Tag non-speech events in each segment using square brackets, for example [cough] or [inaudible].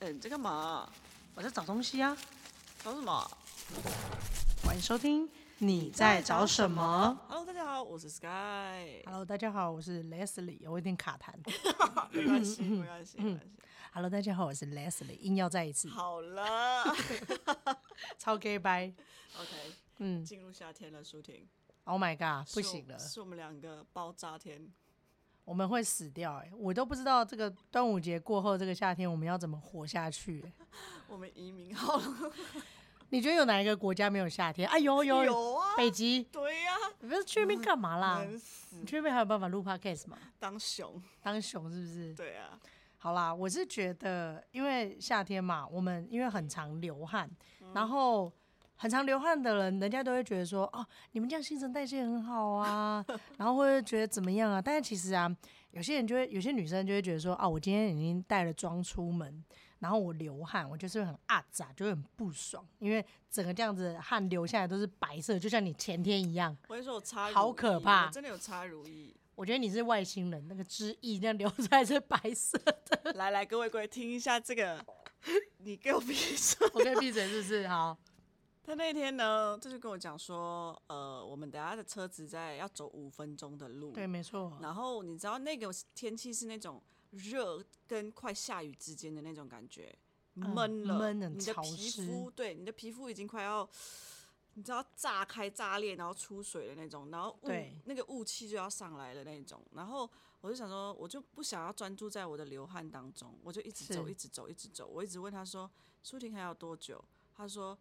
哎，你在干嘛？我在找东西啊。找什么？欢迎收听。你在找什么？Hello，大家好，我是 Sky。 Hello，大家好，我是 Leslie，我有点卡痰。 [laughs] 没关系，没关系，没关系。 Hello，大家好，我是 Leslie，硬要再一次，好 [laughs] 了超 gay 掰。 ，OK，嗯进入夏天了，舒婷。 ，Oh my god，不是我行了，是我们两个包炸天。我们会死掉哎、我都不知道这个端午节过后这个夏天我们要怎么活下去欸、我们移民好了，你觉得有哪一个国家没有夏天？啊，有有啊有啊，北极，对呀、你不是去那边干嘛啦？冷死你去那边还有办法录 podcast 吗？当熊，当熊是不是？对啊，好啦，我是觉得，因为夏天嘛，我们因为很常流汗，然后很常流汗的人，人家都会觉得说，哦，你们这样新陈代谢很好 [laughs] 啊，然后会觉得怎么样啊？但是其实啊，有些人就会，有些女生就会觉得说，啊，我今天已经带了妆出门，然后我流汗，我就是很啊咋，就会很不爽，因为整个这样子汗流下来都是白色，就像你前天一样。我跟你说，我擦，好可怕我真的有擦如意。我觉得你是外星人，那个汁液那流出来是白色的。来来，各位各位，听一下这个，你给我闭上。 [laughs] 我可以闭嘴是不是？好。他那天呢，他就跟我讲说，呃，我们等下的车子在要走五分钟的路，对，没错。然后你知道那个天气是那种热跟快下雨之间的那种感觉，闷了，嗯闷很你的潮皮湿肤对你的皮肤已经快要，你知道炸开炸裂，然后出水的那种，然后雾对那个雾气就要上来的那种，然后我就想说，我就不想要专注在我的流汗当中，我就一直走，是一直走，一直走，我一直问他说，舒婷还要多久？他说。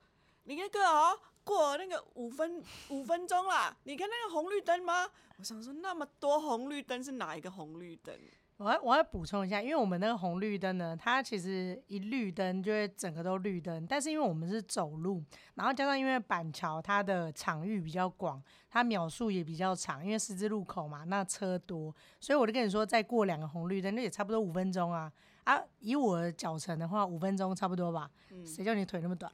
你那个哦，过那个五分五分钟啦，你看那个红绿灯吗？我想说那么多红绿灯是哪一个红绿灯？我要我要补充一下，因为我们那个红绿灯呢，它其实一绿灯就会整个都绿灯，但是因为我们是走路，然后加上因为板桥它的场域比较广，它秒数也比较长，因为十字路口嘛，那车多，所以我就跟你说，再过两个红绿灯，那也差不多五分钟啊啊！以我的脚程的话，五分钟差不多吧，嗯谁叫你腿那么短？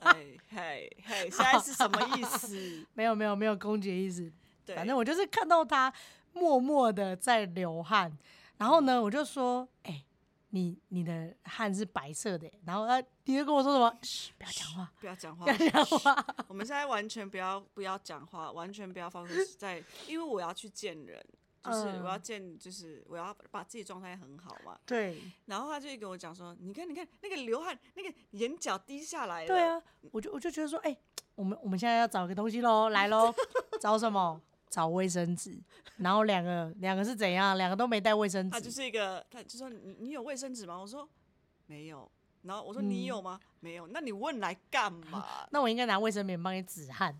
哎嘿嘿，现在是什么意思？没有没有没有攻击的意思，对，反正我就是看到他默默的在流汗，然后嗯呢，我就说：“哎、你你的汗是白色的。”然后他你就跟我说什么？ [laughs] 嘘，不要讲话。不要讲话，不要讲话。我们现在完全不要不要讲话，完全不要放松在，因为我要去见人，就是嗯我要见，就是我要把自己状态很好嘛。对然后他就跟我讲说，你看你看那个流汗，那个眼角滴下来了。对啊，我就我就觉得说，哎、我们我们现在要找个东西喽，来喽，找什么？找卫生纸。然后两个两个是怎样？两个都没带卫生他纸。就是一个，他就说你你有卫生纸吗？我说没有。然后我说你嗯有吗？没有。那你问来干嘛？ [laughs] [laughs] 那我应该拿卫生棉帮你止汗。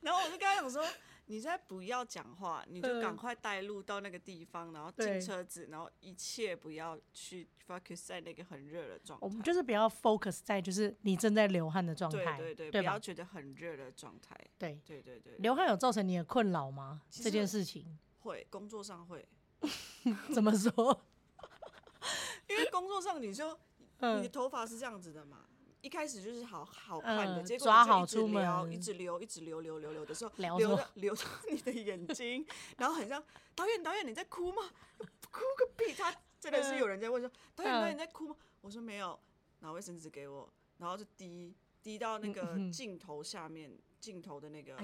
然后我就跟他讲说，你现在不要讲话，你就赶快带路到那个地方，然后进嗯对车子，然后一切不要去 focus 在那个很热的状我们态。就是不要 focus 在就是你正在流汗的状对态，对对，对不要吧？觉得很热的状态。对，对对对，流汗有造成你的困扰吗？其这件实事情会工作上会， [laughs] 怎么说？因为工作上你就你的嗯，头发是这样子的嘛，一开始就是好好看的，嗯结果抓你就好一直出撩，门一直流，一直流流流流的时候，聊流什么到流到 [laughs] 你的眼睛，然后很像导演导演你在哭吗？哭个屁！他真的是有人在问说导演嗯导演你在哭吗？我说没有，拿卫生纸给我，然后就滴滴到那个镜头下面，镜头的那个嗯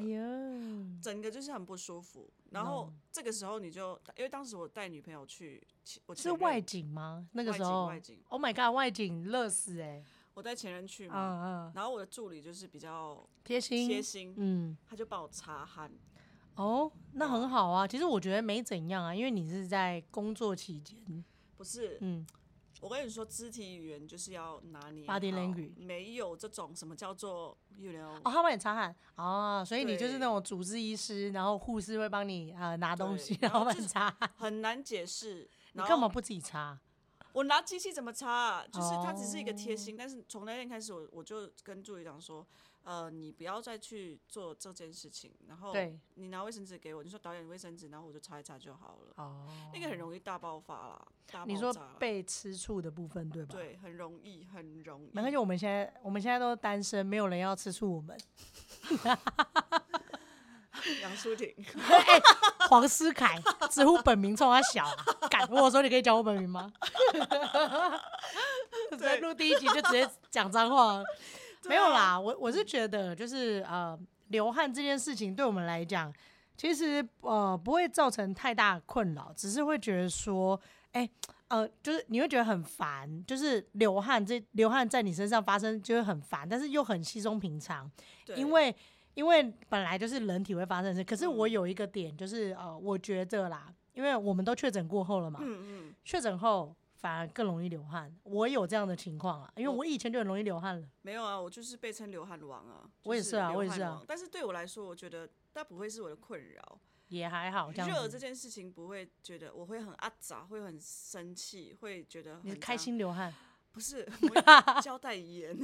哎呦，整个就是很不舒服。然后这个时候你就因为当时我带女朋友去，前我 [laughs] 是前任外景吗？那个外时景候外景 o h my god，外景乐死哎、我带前任去嘛，嗯嗯，然后我的助理就是比较贴心，贴心，嗯，他就帮我擦汗。哦，那很好啊。其实我觉得没怎样啊，因为你是在工作期间，不是，嗯，我跟你说，肢体语言就是要拿捏 Body 好 language 没有这种什么叫做 you know，、哦，他帮你擦汗哦，所以你就是对那种主治医师，然后护士会帮你呃拿东西，对然然后后帮就你是擦 [laughs] 汗。很难解释。你然干嘛后不自己擦？我拿机器怎么擦、啊？就是它只是一个贴哦心，但是从那天开始我，我就跟助理讲说，呃，你不要再去做这件事情。然后对你拿卫生纸给我，你说导演卫生纸，然后我就擦一擦就好了。哦，那个很容易大爆发啦，大你爆说炸啦。被吃醋的部分对吧？。对，很容易，很容易。没关系，我们现在我们现在都单身，没有人要吃醋我们。 [laughs] 杨舒 [laughs] 婷，黄思凯，直呼本名冲他小啊，敢我说你可以讲我本名吗？直接录第一集就直接讲脏话了，没有啦，我我是觉得就是呃，流汗这件事情对我们来讲，其实呃不会造成太大的困扰，只是会觉得说，哎、呃，就是你会觉得很烦，就是流汗这流汗在你身上发生就会很烦，但是又很稀松平常。对因为因为本来就是人体会发生的事。可是我嗯有一个点，就是、呃，我觉得啦，因为我们都确诊过后了嘛，嗯嗯，确诊后反而更容易流汗。我有这样的情况啊，因为我我以前就很容易流汗了。没有啊，我就是被称流汗王啊，我也就是啊流我也汗是啊王但是对我来说，我觉得它不会是我的困扰。也还好，这热样这子，件事情不会觉得我会很阿杂，会很生气，会觉得你很开脏，心 [laughs] 流汗，不是我会交代 [laughs] 严，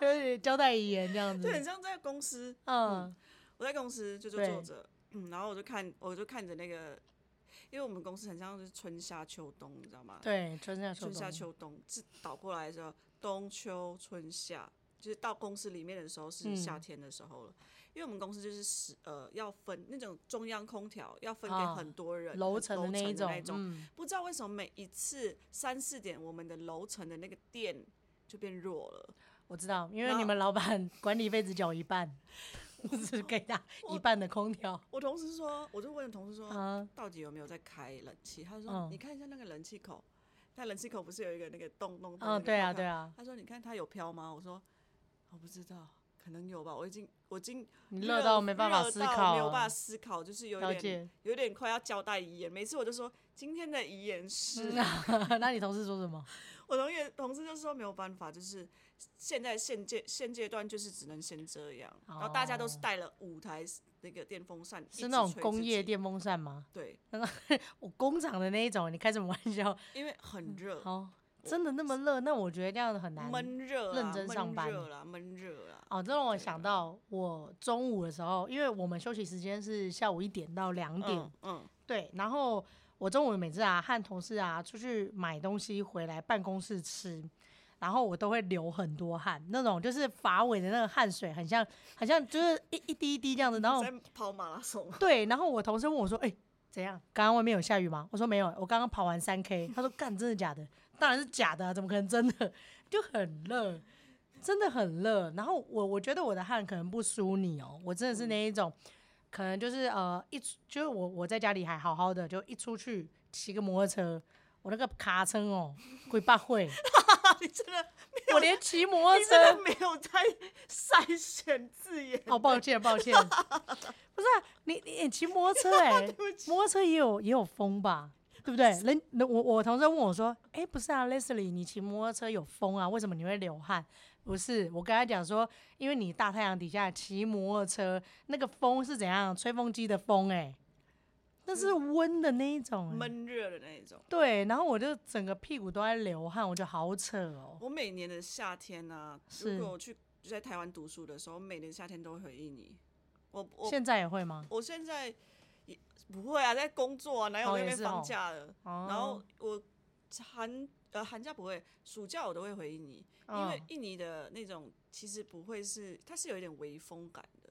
就是交代遗言这样就很子。像在公司，嗯，我在公司就就对坐着，嗯，然后我就看我就看着那个，因为我们公司很像是春夏秋冬，你知道吗？对，春夏秋春冬，夏秋冬是倒过来的时候，冬秋春夏，就是到公司里面的时候是嗯夏天的时候了，因为我们公司就是十呃要分那种中央空调要分给啊很多人楼很层的那一种，种，嗯，不知道为什么每一次三四点我们的楼层的那个电就变弱了，我知道，因为然后你们老板 [laughs] 管理费只缴一半， [laughs] 只给他一半的空调我同事说，我就问同事说，啊，到底有没有在开冷气？他说：“嗯你看一下那个冷气口，那冷气口不是有一个那个咚咚咚？”嗯，对啊，对。啊，他说：“你看它有飘吗？”我说：“我不知道，可能有吧。我已经，我已经你热到没办法热思到考，啊没有办法思考，就是有了点 [laughs] 解。有点快要交代遗言。每次我就说今天的遗言是， [laughs] 嗯啊那你同事说什么？我同学同事就说没有办法，就是现在现阶现阶段就是只能先这样。然后大家都是哦带了五台那个电风扇，一是直那种吹工自业己电风扇吗？对，我工厂的那一种，你开什么玩笑？因为很热。”哦，真的那么热？那我觉得这样很难。闷热啦，啊认真上班闷热啦，闷热啦。哦，这让我想到我中午的时候，因为我们休息时间是下午一点到两点，嗯嗯对。然后我中午每次啊和同事啊出去买东西回来办公室吃，然后我都会流很多汗，那种就是发尾的那个汗水，很像很像就是一一滴一滴这样子，然后在跑马拉松，啊 [laughs] 对，然后我同事问我说：“哎、怎样？刚刚外面有下雨吗？”我说：“没有，我刚刚跑完三 K。”他说：“干，真的假的？当然是假的、啊，怎么可能真的？ [laughs] 就很热，真的很热。然后我我觉得我的汗可能不输你哦，我真的是那一种，可能就是呃一出就是我我在家里还好好的，就一出去骑个摩托车，我那个卡车哦，鬼八会，你真的，我连骑摩托你真车的没有在 [laughs] 筛选字眼。 [laughs] 哦，抱歉 [laughs] 抱歉，不是、啊、你你你骑摩托车哎、对不起，摩托车也有也有风吧，对不对？人人我我同事问我说：“哎、不是啊，Leslie，你骑摩托车有风啊，为什么你会流汗？”不是，我跟他讲说，因为你大太阳底下骑摩托车，那个风是怎样？吹风机的风、哎，那是温的那一种、哎闷热的那一种。对，然后我就整个屁股都在流汗，我觉得好扯哦。我每年的夏天呢、啊，是如果我去就在台湾读书的时候，每年夏天都会回印尼。我我现在也会吗？我现在也不会啊，在工作啊，哪有哦那也边是放哦假的？哦，然后我寒呃寒假不会，暑假我都会回印尼，因为嗯印尼的那种其实不会是，它是有一点微风感的，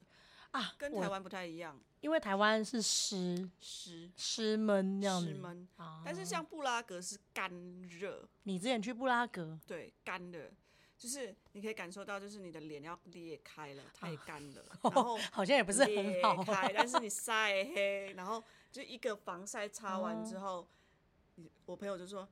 啊，跟我台湾不太一样，因为台湾是湿湿湿闷这样子湿闷。啊，但是像布拉格是干热，你之前去布拉格，对干的，就是你可以感受到，就是你的脸要裂开了，太干了，哦然 [laughs] 后好像也不是裂很好、开，但是你晒黑，然后就一个防晒擦完之哦后，你我朋友就说。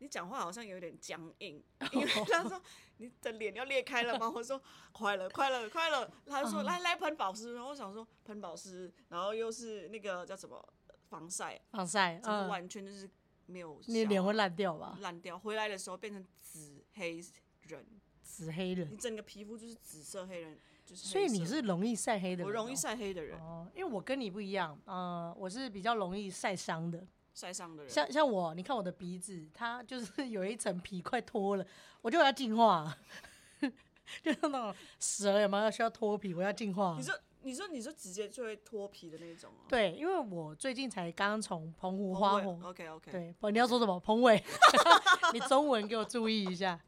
你讲话好像有点僵 [laughs] 硬，因为他说你的脸要裂开了吗？ [laughs] 我说快了，快了，快了。他嗯就说来来喷保湿，然后我想说喷保湿，然后又是那个叫什么防晒， [laughs] 防晒，真的嗯，完全就是没有效啊。你脸会烂掉吧？烂掉，回来的时候变成紫黑人，紫黑你人，整个皮肤就是紫色黑人，就是黑色。所以你是容易晒黑的人哦、我容易晒黑的人，哦，因为我跟你不一样，呃，我是比较容易晒伤的，晒伤的人。像像我，你看我的鼻子，它就是 [laughs] 有一层皮快脱了，我就要净化， [laughs] 就是那种蛇有没有需要脱皮，我要净化你。说，你说，你说直接就会脱皮的那种哦。对，因为我最近才刚从澎湖红花尾火 OK OK。对，不，你要说什么？彭伟， [laughs] 你中文给我注意一下，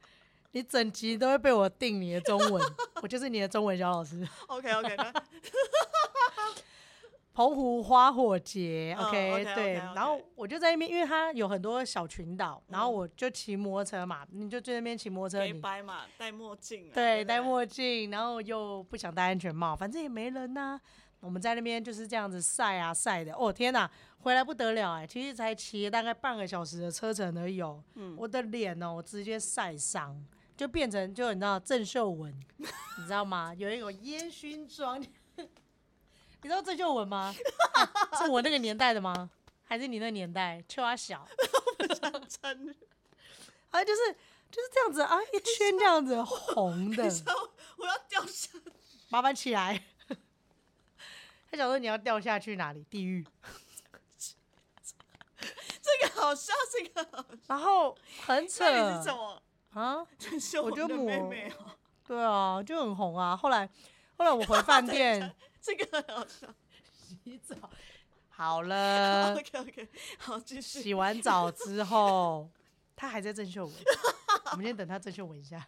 你整集都会被 [laughs] 我定你的中文，我就是你的中文小老师。 OK OK，那澎湖花火节、嗯 o k OK，OK，OK 对然后我就在那边，因为它有很多小群岛，然后我就骑摩托车嘛，你就在那边骑摩托车，黑你白嘛，戴墨镜啊，对不戴墨镜，然后又不想戴安全帽，反正也没人呐、我们在那边就是这样子晒啊晒的，哦天哪，回来不得了哎、其实才骑大概半个小时的车程而已、哦，我的脸哦，我直接晒伤，就变成就你知道郑秀文，你知道吗？有一种烟熏妆， [laughs] 你知道郑秀文吗、啊是我那个年代的吗？还是你那个年代？邱阿小，真的。啊，就是就是这样子啊，一圈这样子红 [laughs] 的你，知道我要掉下来，麻烦起来。 [laughs] 他想说你要掉下去哪里？地狱。这个好笑，这个好笑。然后很扯那你是什么？ [laughs] 啊，郑秀我文就的抹妹妹哦，对啊，就很红啊。后来后来我回饭 [laughs] 店这个很好笑。洗澡，好了， OK OK，好，继续。洗完澡之后，他还在郑秀文。 [laughs] 我们先等他郑秀文一下。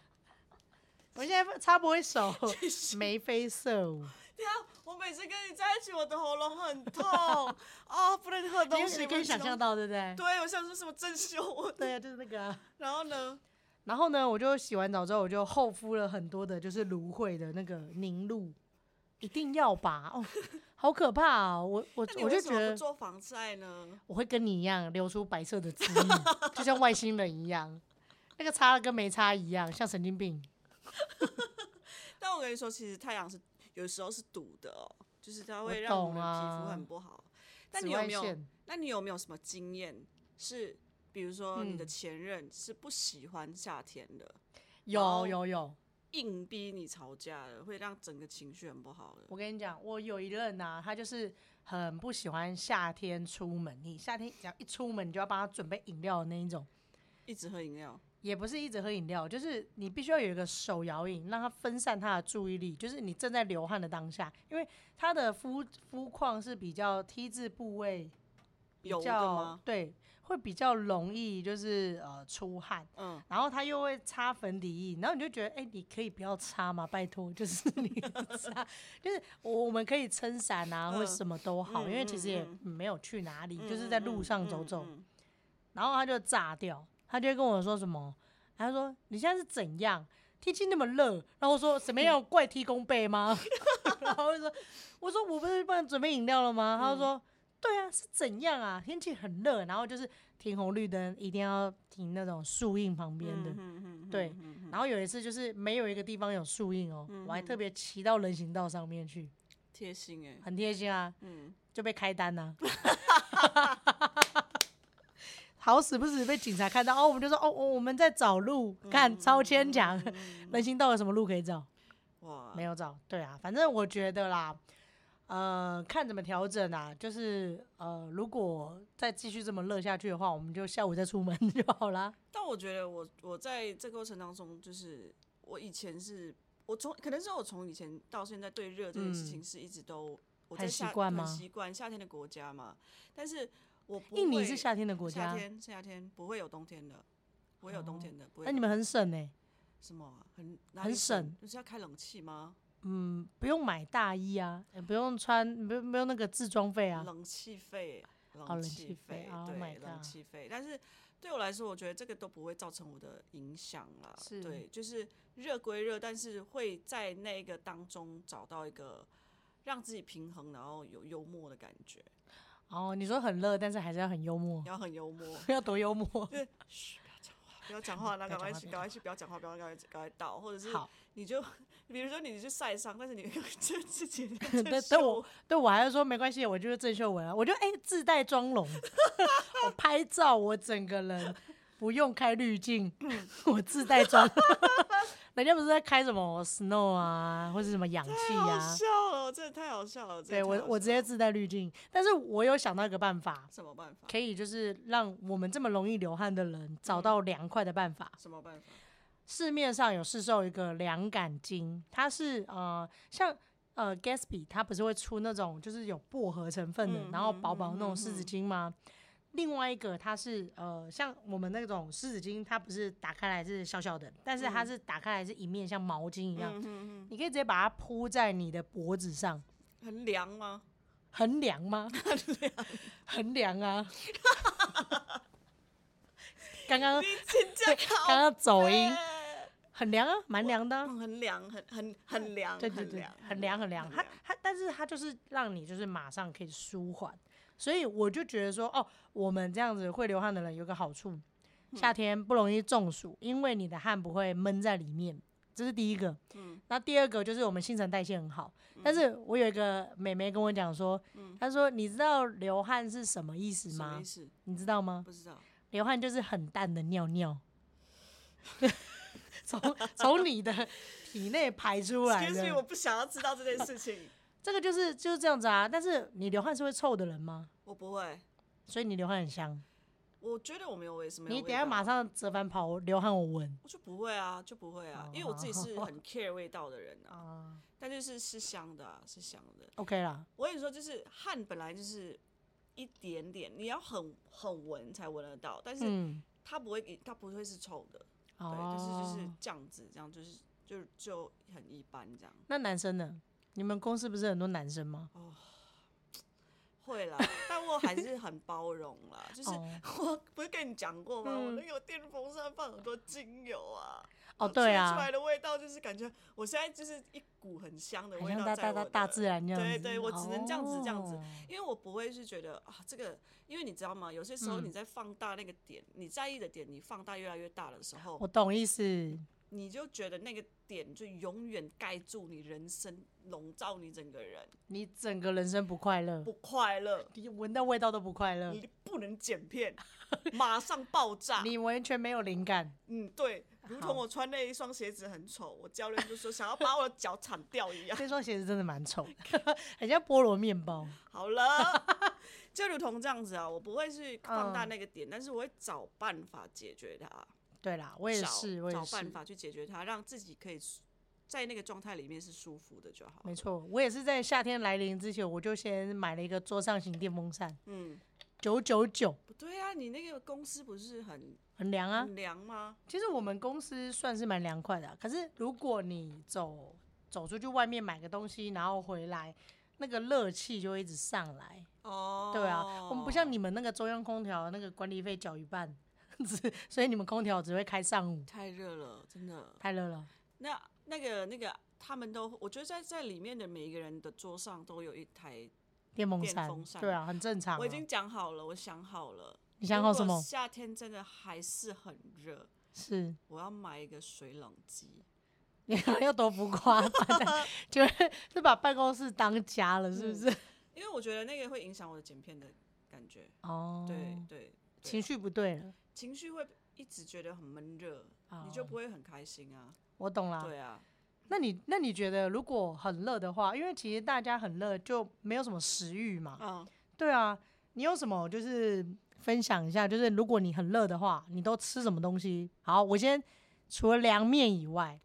我现在插播一首 [laughs] 《眉飞色舞》。对啊，我每次跟你在一起，我的喉咙很痛 [laughs] 啊，不能喝东你西。你不可以能吃想东象到，对不对？对，我想说什么郑秀文，对啊，就是那个啊、 [laughs] 然后呢，然后呢，我就洗完澡之后，我就厚敷了很多的，就是芦荟的那个凝露，一定要吧？哦，好可怕哦！我我那你我为就什觉么不得做防晒呢？我会跟你一样流出白色的汁液，就像外星人一样，那个擦了跟没擦一样，像神经病。但我跟你说，其实太阳是有时候是毒的哦，就是它我会让我们懂的皮肤啊很不好。那紫你有外没有？线那你有没有什么经验是？比如说，你的嗯前任是不喜欢夏天的，有有有，硬逼你吵架的，会让整个情绪很不好的。我跟你讲，我有一任啊，他就是很不喜欢夏天出门，你夏天只要一出门，你就要帮他准备饮料的那一种。一直喝饮料，也不是一直喝饮料，就是你必须要有一个手摇饮，让他分散他的注意力。就是你正在流汗的当下，因为他的肤肤况是比较 T 字部位比油的较吗？对，会比较容易就是呃出汗，嗯，然后他又会擦粉底液，然后你就觉得哎、你可以不要擦吗？拜托，就是你擦， [laughs] 就是我我们可以撑伞啊，或嗯什么都好，嗯因为其实也嗯没有去哪里，嗯就是在嗯路嗯上嗯走走。嗯然后他就炸掉，他就会跟我说什么，他说你现在是怎样？天气那么热，然后我说怎么样怪踢弓背吗？ [laughs] 然后我就说我说我不是帮你准备饮料了吗？他就说对啊，是怎样啊？天气很热，然后就是停红绿灯一定要停那种树荫旁边的。嗯嗯对然后有一次就是没有一个地方有树荫哦，我还特别骑到人行道上面去，贴心哎、很贴心啊。嗯，就被开单呐、 [laughs] 好死不死被警察看到哦，我们就说哦，我我们在找路，嗯看超牵强， [laughs] 人行道有什么路可以找？哇，没有找，对啊，反正我觉得啦，呃，看怎么调整啊，就是呃，如果再继续这么热下去的话，我们就下午再出门 [laughs] 就好啦。但我觉得我我在这个过程当中，就是我以前是我从可能是我从以前到现在对热这件事情是一直都、我在很夏嗯习惯吗很习惯夏天的国家嘛，但是我不印尼会是夏天的国夏家，天夏天不会有冬天的，不会有冬天的，不会哦那有你们很省欸呢、什么啊很哪很里省，就是要开冷气吗？嗯，不用买大衣啊，也不用穿，不用不用那个自装费啊，冷气费，哦冷气气费，Oh 对， my 冷 god 气费。但是对我来说，我觉得这个都不会造成我的影响啦。是对，就是热归热，但是会在那个当中找到一个让自己平衡，然后有幽默的感觉，哦，你说很热，但是还是要很幽默， [laughs] 要很幽默。要多幽默。就是嘘，不要讲 [laughs] 话，不要讲话，然后赶不要快讲话去，赶快去，不要讲话，不要赶快赶快到，或者是好，你就，比如说你去晒伤，但是你就自己对在 [laughs] 对我对我还是说没关系，我就是郑秀文啊，我就哎、自带妆 [laughs] 容，我拍照我整个人不用开滤镜，我自带 [laughs] 妆。人家不是在开什么 snow 啊，或者什么氧气 [laughs] 好啊，笑了，真的太好笑了。真对的太我好我直接笑了自带滤镜，但是我有想到一个办法，什么 [laughs] 办法？可以就是让我们这么容易流汗的人找到凉快的办法。什么办法？市面上有市售一个凉感精，它是呃像呃 Gatsby，它不是会出那种就是有薄荷成分的，嗯然后薄薄嗯那嗯种湿纸巾吗？另外一个它是呃像我们那种湿纸巾，它不是打开来是小小的，但是它是打开来是一面像毛巾一样，嗯嗯嗯你可以直接把它铺在你的脖子上，嗯，很凉吗？很凉 [laughs] 吗？ [laughs] 很凉啊！ [laughs] 刚刚你请假刚考刚走音呗，很凉啊，蛮凉的啊、嗯很凉，很很很凉，对对很对凉，，很凉很凉。它它，但是它就是让你就是马上可以舒缓，所以我就觉得说，哦，我们这样子会流汗的人有个好处，嗯夏天不容易中暑，因为你的汗不会闷在里面，这是第一个。嗯那第二个就是我们新陈代谢很好，但是我有一个妹妹跟我讲说，她说你知道流汗是什么意思嗯什么吗意？思？你知道吗？不知道，流汗就是很淡的尿 [laughs] 尿，从从你的体内排出来 Excuse me，我的。不想要知道这件事情，这个就是就是这样子啊。但是你流汗是会臭的人吗？我不会。所以你流汗很香。我觉得我没有味，什么你等一下马，上折返跑，流汗我闻我就不会啊，就不会哦啊，因为我自己是很 care 味道的人啊，啊。但就是是香的、啊，是香的。 OK 啦，我跟你说，就是汗本来就是一点点，你要很很闻才闻得到，但是嗯，它不会给，它不会是臭的，对，但是哦，就是这样子，这样就是就就很一般这样。那男生呢？你们公司不是很多男生吗？会啦，但我还是很包容啦。就是哦 [laughs] 我不是跟你讲过吗？我嗯那个电风扇放很多精油啊，哦，然后对吹出啊来，的味道就是感觉我现在就是一股很香的好味像道大在大我大的大自然这样子。对对，我只能这样子这样子哦，因为我不会是觉得啊这个，因为你知道吗？有些时候嗯你在放大那个点，你在意的点，你放大越来越大的时候，我懂意思。你就觉得那个点就永远盖住你人生，笼罩你整个人，你整个人生不快乐，不快乐，你闻到味道都不快乐，你啊不能剪 [laughs] 片，马上爆炸。你完全没有 [laughs] 灵感。嗯，对，如好同我穿那一双鞋子很丑，我教练就说想要把我的脚铲掉一 [laughs] 样。这双鞋子真的蛮丑的， [laughs] 很像菠萝面包。好 [laughs] 了，就如同这样子啊，我不会去放大那个点，但是我会找办法解决它。对啦，我也找是，我也找办是，法去解决它，让自己可以舒在那个状态里面是舒服的就好。没，错，我也是在夏天来临之前，我就先买了一个桌上型电风扇，嗯，九九九，不对啊，你那个公司不是很很凉啊。很凉吗？其实我们公司算是蛮凉快的啊、可是如果你走走出去外面买个东西，然后回来，那个热气就会一直上来。哦，对啊，我们不像你们那个中央空调那个管理费缴一半，只所以你们空调只会开上午，太热了，真的。太热了。那那个那个，他们都我觉得在在里面的每一个人的桌上都有一台，电风电扇，风扇对啊，很正常啊、我已经讲好了，我想好了。你想好什如果么？夏天真的还是很热，是我要买一个水冷机。你可能要多浮夸，反 [laughs] 正就是是把办公室当家了，是不是？因为我觉得那个会影响我的剪片的感觉。哦，嗯对，对，情绪不对了，情绪会一直觉得很闷热，哦你就不会很开心啊。我懂啦。对啊，那你那你觉得，如果很热的话，因为其实大家很热就没有什么食欲嘛，嗯，对啊，你有什么就是分享一下？就是如果你很热的话，你都吃什么东西？好，我先除了凉面以外，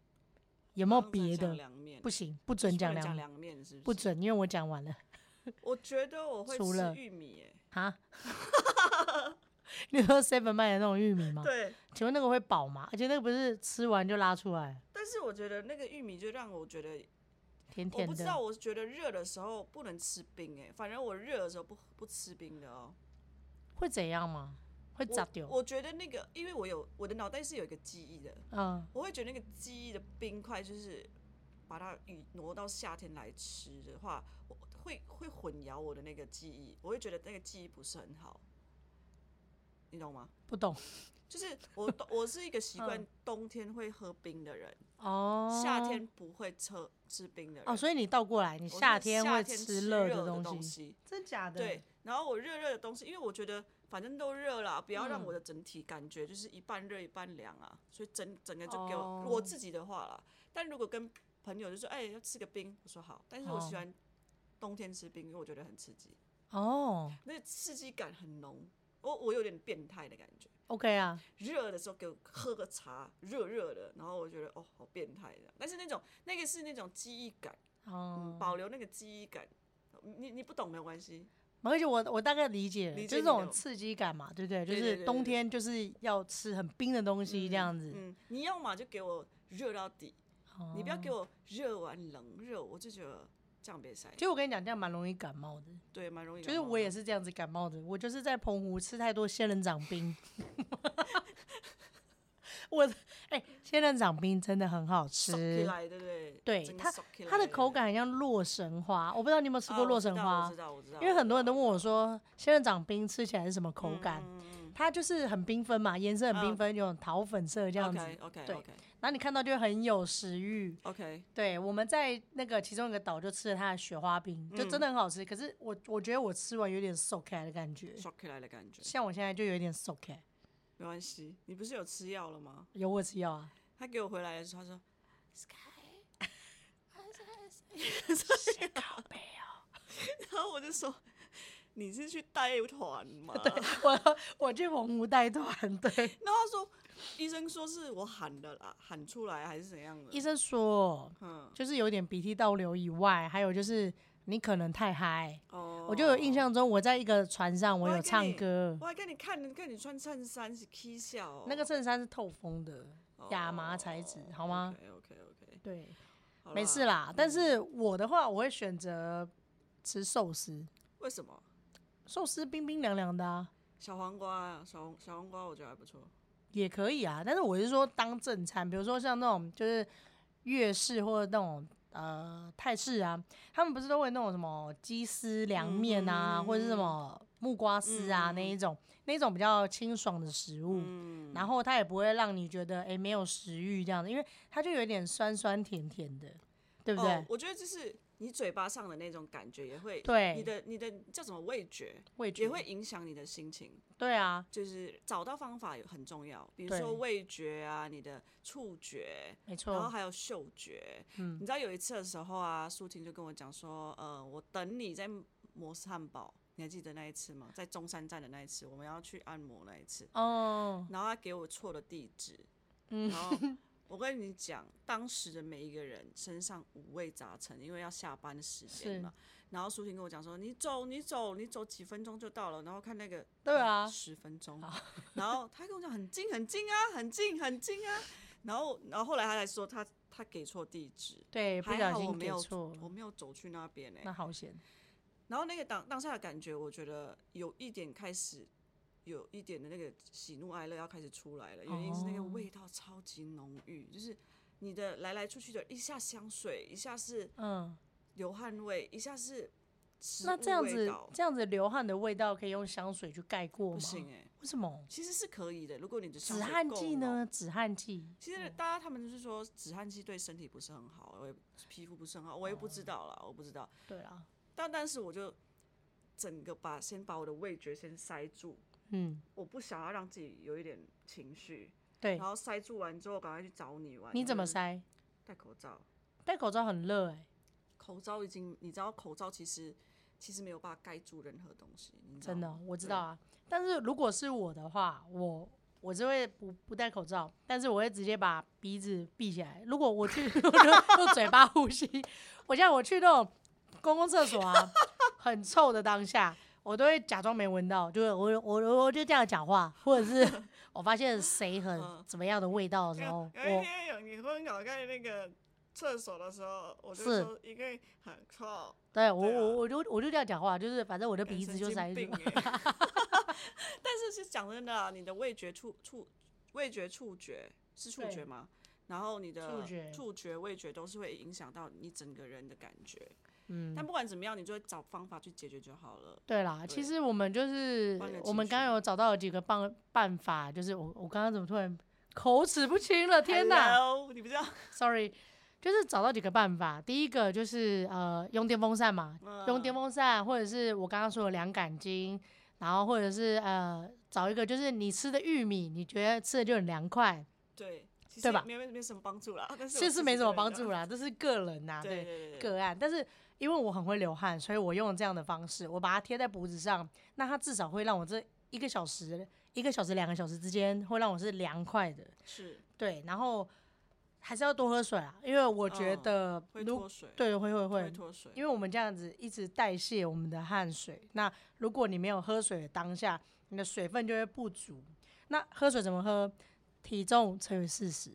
有没有刚才别讲的？凉面不行，不准不讲能凉讲面，凉面是不不是？准，因为我讲完了。我觉得我会除了吃玉米耶。 [laughs] 啊？你说 seven 卖的那种玉米吗？对，请问那个会饱吗？而且那个不是吃完就拉出来，但是我觉得那个玉米就让我觉得，甜我甜不知的。道，我觉得热的时候不能吃冰哎，反正我热的时候不不吃冰的哦。会怎样吗？会我炸掉？我觉得那个，因为我有我的脑袋是有一个记忆的，嗯，我会觉得那个记忆的冰块，就是把它与挪到夏天来吃的话，我会会混淆我的那个记忆，我会觉得那个记忆不是很好，你懂吗？不懂就是我我是一个习惯冬天会喝冰的人，嗯哦。夏天不会吃吃冰的人。哦，所以你倒过来，你我是夏天夏会天吃热的东西，真假的？对，，然后我热热的东西，因为我觉得反正都热了，啊不要嗯让我的整体感觉就是一半热一半凉啊，所以整整个就给我、哦我自己的话啦。但如果跟朋友就说，哎、要吃个冰，我说好，但是我喜哦欢冬天吃冰，因为我觉得很刺激，哦那个刺激感很浓，我我有点变态的感觉。 ，OK 啊，热的时候给我喝个茶，热热的，然后我觉得哦，好变态的。但是那种那个是那种记忆感，嗯，哦，保留那个记忆感。你你不懂没有关系，没关系，我我大概理解了，理就解是这你种懂刺激感嘛，对不对？就对对是对冬对天就是要吃很冰的东西这样子，哦嗯，你要嘛就给我热到底，你不要给我热完冷热，我就觉得这这样别晒，其实我跟你讲，这样蛮容易感冒的。对，蛮容易就感是冒的。我也是这样子感冒的，我就是在澎湖吃太多仙人掌冰。 [laughs] 我哎、仙人掌冰真的很好熟起吃，来，对不对？对整个熟起它的来口感很像洛神花。我不知道你有没有吃啊过我洛知神道花我知，道，我知道，因为很多人都问我我说仙人掌冰吃起来是什么口感？嗯它就是很缤纷嘛，颜色很缤纷，有种桃粉色这样子， ，OK OK 对 OK 然后你看到就会很有食欲。 OK，对，我们在那个其中一个岛就吃了它的雪花冰，就嗯真的很好吃。可是我我觉得我吃完有点瘦开的感觉，熟起来的感觉，像我现在就有点瘦开，没关系。你不是有吃药了吗？有我吃药 [laughs] 啊，他给我回来的时候，他说靠背哦。然后我就说：“你是去带团吗？”我我去澎湖带团，对，然后他说：“医生说是我喊的啦，喊出来还是怎样的医生说？”嗯，就是有点鼻涕倒流以外，还有就是你可能太嗨。哦，我就有印，象中，我在一个船上，我我有还给唱你歌，我还给你看，看你穿衬衫是 K 笑、哦，那个衬衫是透风的亚麻材质，好吗？ ？OK OK OK，对，好没事。哦啦。但是我的话，我会选择吃寿司，为什么寿司冰冰凉凉的啊，小黄瓜啊？小黄小黄瓜我觉得还不错。也可以啊。但是我是说当正餐，比如说像那种就是粤式或者那种呃泰式啊，他们不是都会那种什么鸡丝凉面啊，嗯或者是什么木瓜丝啊、嗯那一种，那一种比较清爽的食物。嗯，然后它也不会让你觉得哎、诶没有食欲这样子，因为它就有点酸酸甜甜的，对不对？哦？我觉得就是你嘴巴上的那种感觉也会，对你的你的叫什么味觉，味也觉会影响你的心情。对啊，就是找到方法也很重要，比如对说味觉啊，你的触觉，没然后错，还有嗅觉。嗯你知道有一次的时候啊，舒婷就跟我讲说，呃，我等你在摩斯汉堡，你还记得那一次吗？在中山站的那一次，我们要去按摩那一次，哦，然后他给我错的地址，嗯然后我跟你讲，当时的每一个人身上五味杂陈，因为要下班的时间是嘛。然后舒婷跟我讲说：“你走，你走，你走几分钟就到了。”然后看那个，嗯对啊十分钟。然后他跟我讲很近，很近啊，很近，很近啊。然后，然后后来他才说他他给错地址，对，不还小好我心没给有错，我没有走去那边欸呢、那好险，然后那个当当下的感觉，我觉得有一点开始，有一点的那个喜怒哀乐要开始出来了。原因是那个哦味道超级浓郁，就是你的来来去去的，一下香水，一下是嗯，流汗味，一下是食那物这样味子道这样子流汗的味道可以用香水去盖过不吗？行哎、为什么？其实是可以的。如果你的香止水汗够剂浓？呢？嗯止汗剂，其实大家他们就是说止汗剂对身体不是很好，我也皮肤不是很好，我也不哦知道啦，我不知道。对啊，但但是我就整个把先把我的味觉先塞住，嗯，我不想要让自己有一点情绪，对然，后塞住完之后，赶快去找你玩。你怎么就是塞？戴口罩？戴口罩很热哎，口罩已经，你知道，口罩其实其实没有办法盖住任何东西，你知道真的吗我知哦对道啊。但是如果是我的话，我我是会不不戴口罩，但是我会直接把鼻子闭起来。如果我去 [laughs] 我就用嘴巴呼吸，我像我去那种公共厕所啊，很臭的当下，我都会假装没闻到，就是我我我我就这样讲话，或者是我发现谁很嗯哎怎么样的味道的时候，有有一我天有你昏倒在那个厕所的时候，我就是说一个很臭，对我对啊我我就我就这样讲话，就是反正我的干鼻神子就经塞住病。欸 [laughs] 但是是讲真的啊，你的味觉触触味觉触觉是触对觉吗？然后你的触觉触觉、味觉都是会影响到你整个人的感觉。嗯，但不管怎么样，你就会找方法去解决就好了。对啦，对其实我们就是换个我们情刚刚有找到几个办办法，就是我我刚刚怎么突然口齿不清了？天哪 Hello，你不知道？ ，sorry，就是找到几个办法。第一个就是呃用电风扇嘛， [laughs] 嗯用电风扇，或者是我刚刚说的凉感巾，然后或者是呃找一个就是你吃的玉米，你觉得吃的就很凉快，嗯对，其实对吧没没没什么帮助啦， [laughs] 但是我其自实己没什么个人帮的助。啦，这是个人呐、啊 [laughs] 对对对对， [laughs] 个案，但是因为我很会流汗，所以我用这样的方式，我把它贴在脖子上，那它至少会让我这一个小时、一个小时、两个小时之间会让我是凉快的。是对，然后还是要多喝水啊，因为我觉嗯得会如、脱水，对会会会会，脱水。因为我们这样子一直代谢我们的汗水，那如果你没有喝水的当下，你的水分就会不足。那喝水怎么喝？体重乘以四十，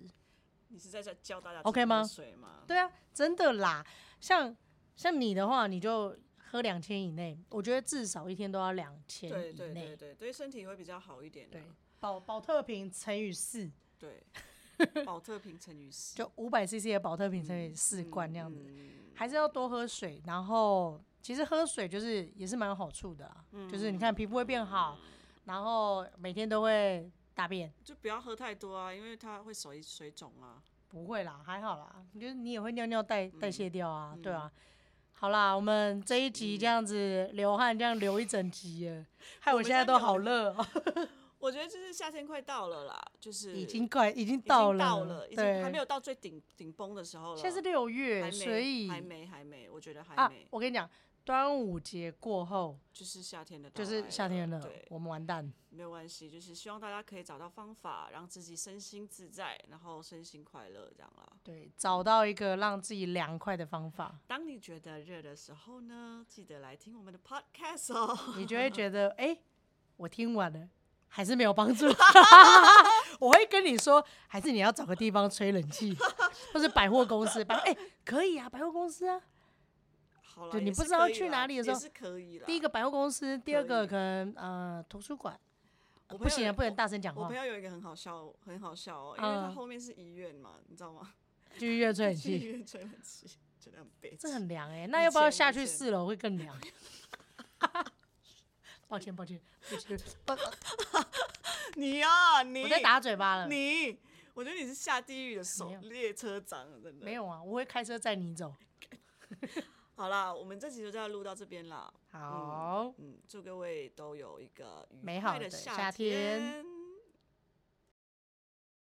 你是在这教大家 OK 怎么喝吗水吗？对啊，真的啦。像像你的话，你就喝两千以内，我觉得至少一天都要两千对以对对内。对，对身体会比较好一点的。对，保保特瓶乘以四， [laughs] 对，保特瓶乘以四，就五百 CC 的保特瓶乘以四罐那样子，嗯还是要多喝水。然后其实喝水就是也是蛮有好处的啦，嗯就是你看皮肤会变好，然后每天都会大便，就不要喝太多啊，因为它会水水肿啊。不会啦，还好啦，就是你也会尿尿代嗯代谢掉啊，对啊。好啦，我们这一集这样子流汗，这样流一整集嗯了，害我们现在现在都流好热哦。我觉得就是夏天快到了啦，就是 [laughs] 已经快，已经已经到了，已经对，还没有到最顶顶崩的时候了。现在是六还月，没所以还没还没，我觉得还啊没，，我跟你讲，端午节过后就是夏天的到就来，是夏天了哎对，，我们完蛋。没有关系，就是希望大家可以找到方法，让自己身心自在，然后身心快乐这样啦。对，找到一个让自己凉快的方法，当你觉得热的时候呢，记得来听我们的 podcast 哦。[laughs] 你就会觉得，哎、我听完了还是没有 [laughs] 帮助。我会跟你说，还是你要找个地方吹冷气，或是百货公司。百哎、可以啊，百货公司啊，好了，对你也是不知道可以去啦哪里的时候也是可以了。第一个百货公司，第二个以可能呃图书馆。我不朋友行有啊，不能大声讲我话朋，友有一个很好笑，很好笑哦，因为他嗯后面是医院嘛，你知道 [laughs] 吗？继续越吹冷去医气，院吹冷气，真的很悲这情很凉哎、那要不要以前下以去前四楼会更凉？抱歉，抱歉，对 [laughs] 不起，抱你啊，你我在打嘴巴了。你，我觉得你是下地狱的手没有列车长，真的没。有啊，我会开车载你走。好啦，我们这集就要录到这边啦。嗯好，嗯，祝各位都有一个愉美快好的的夏天。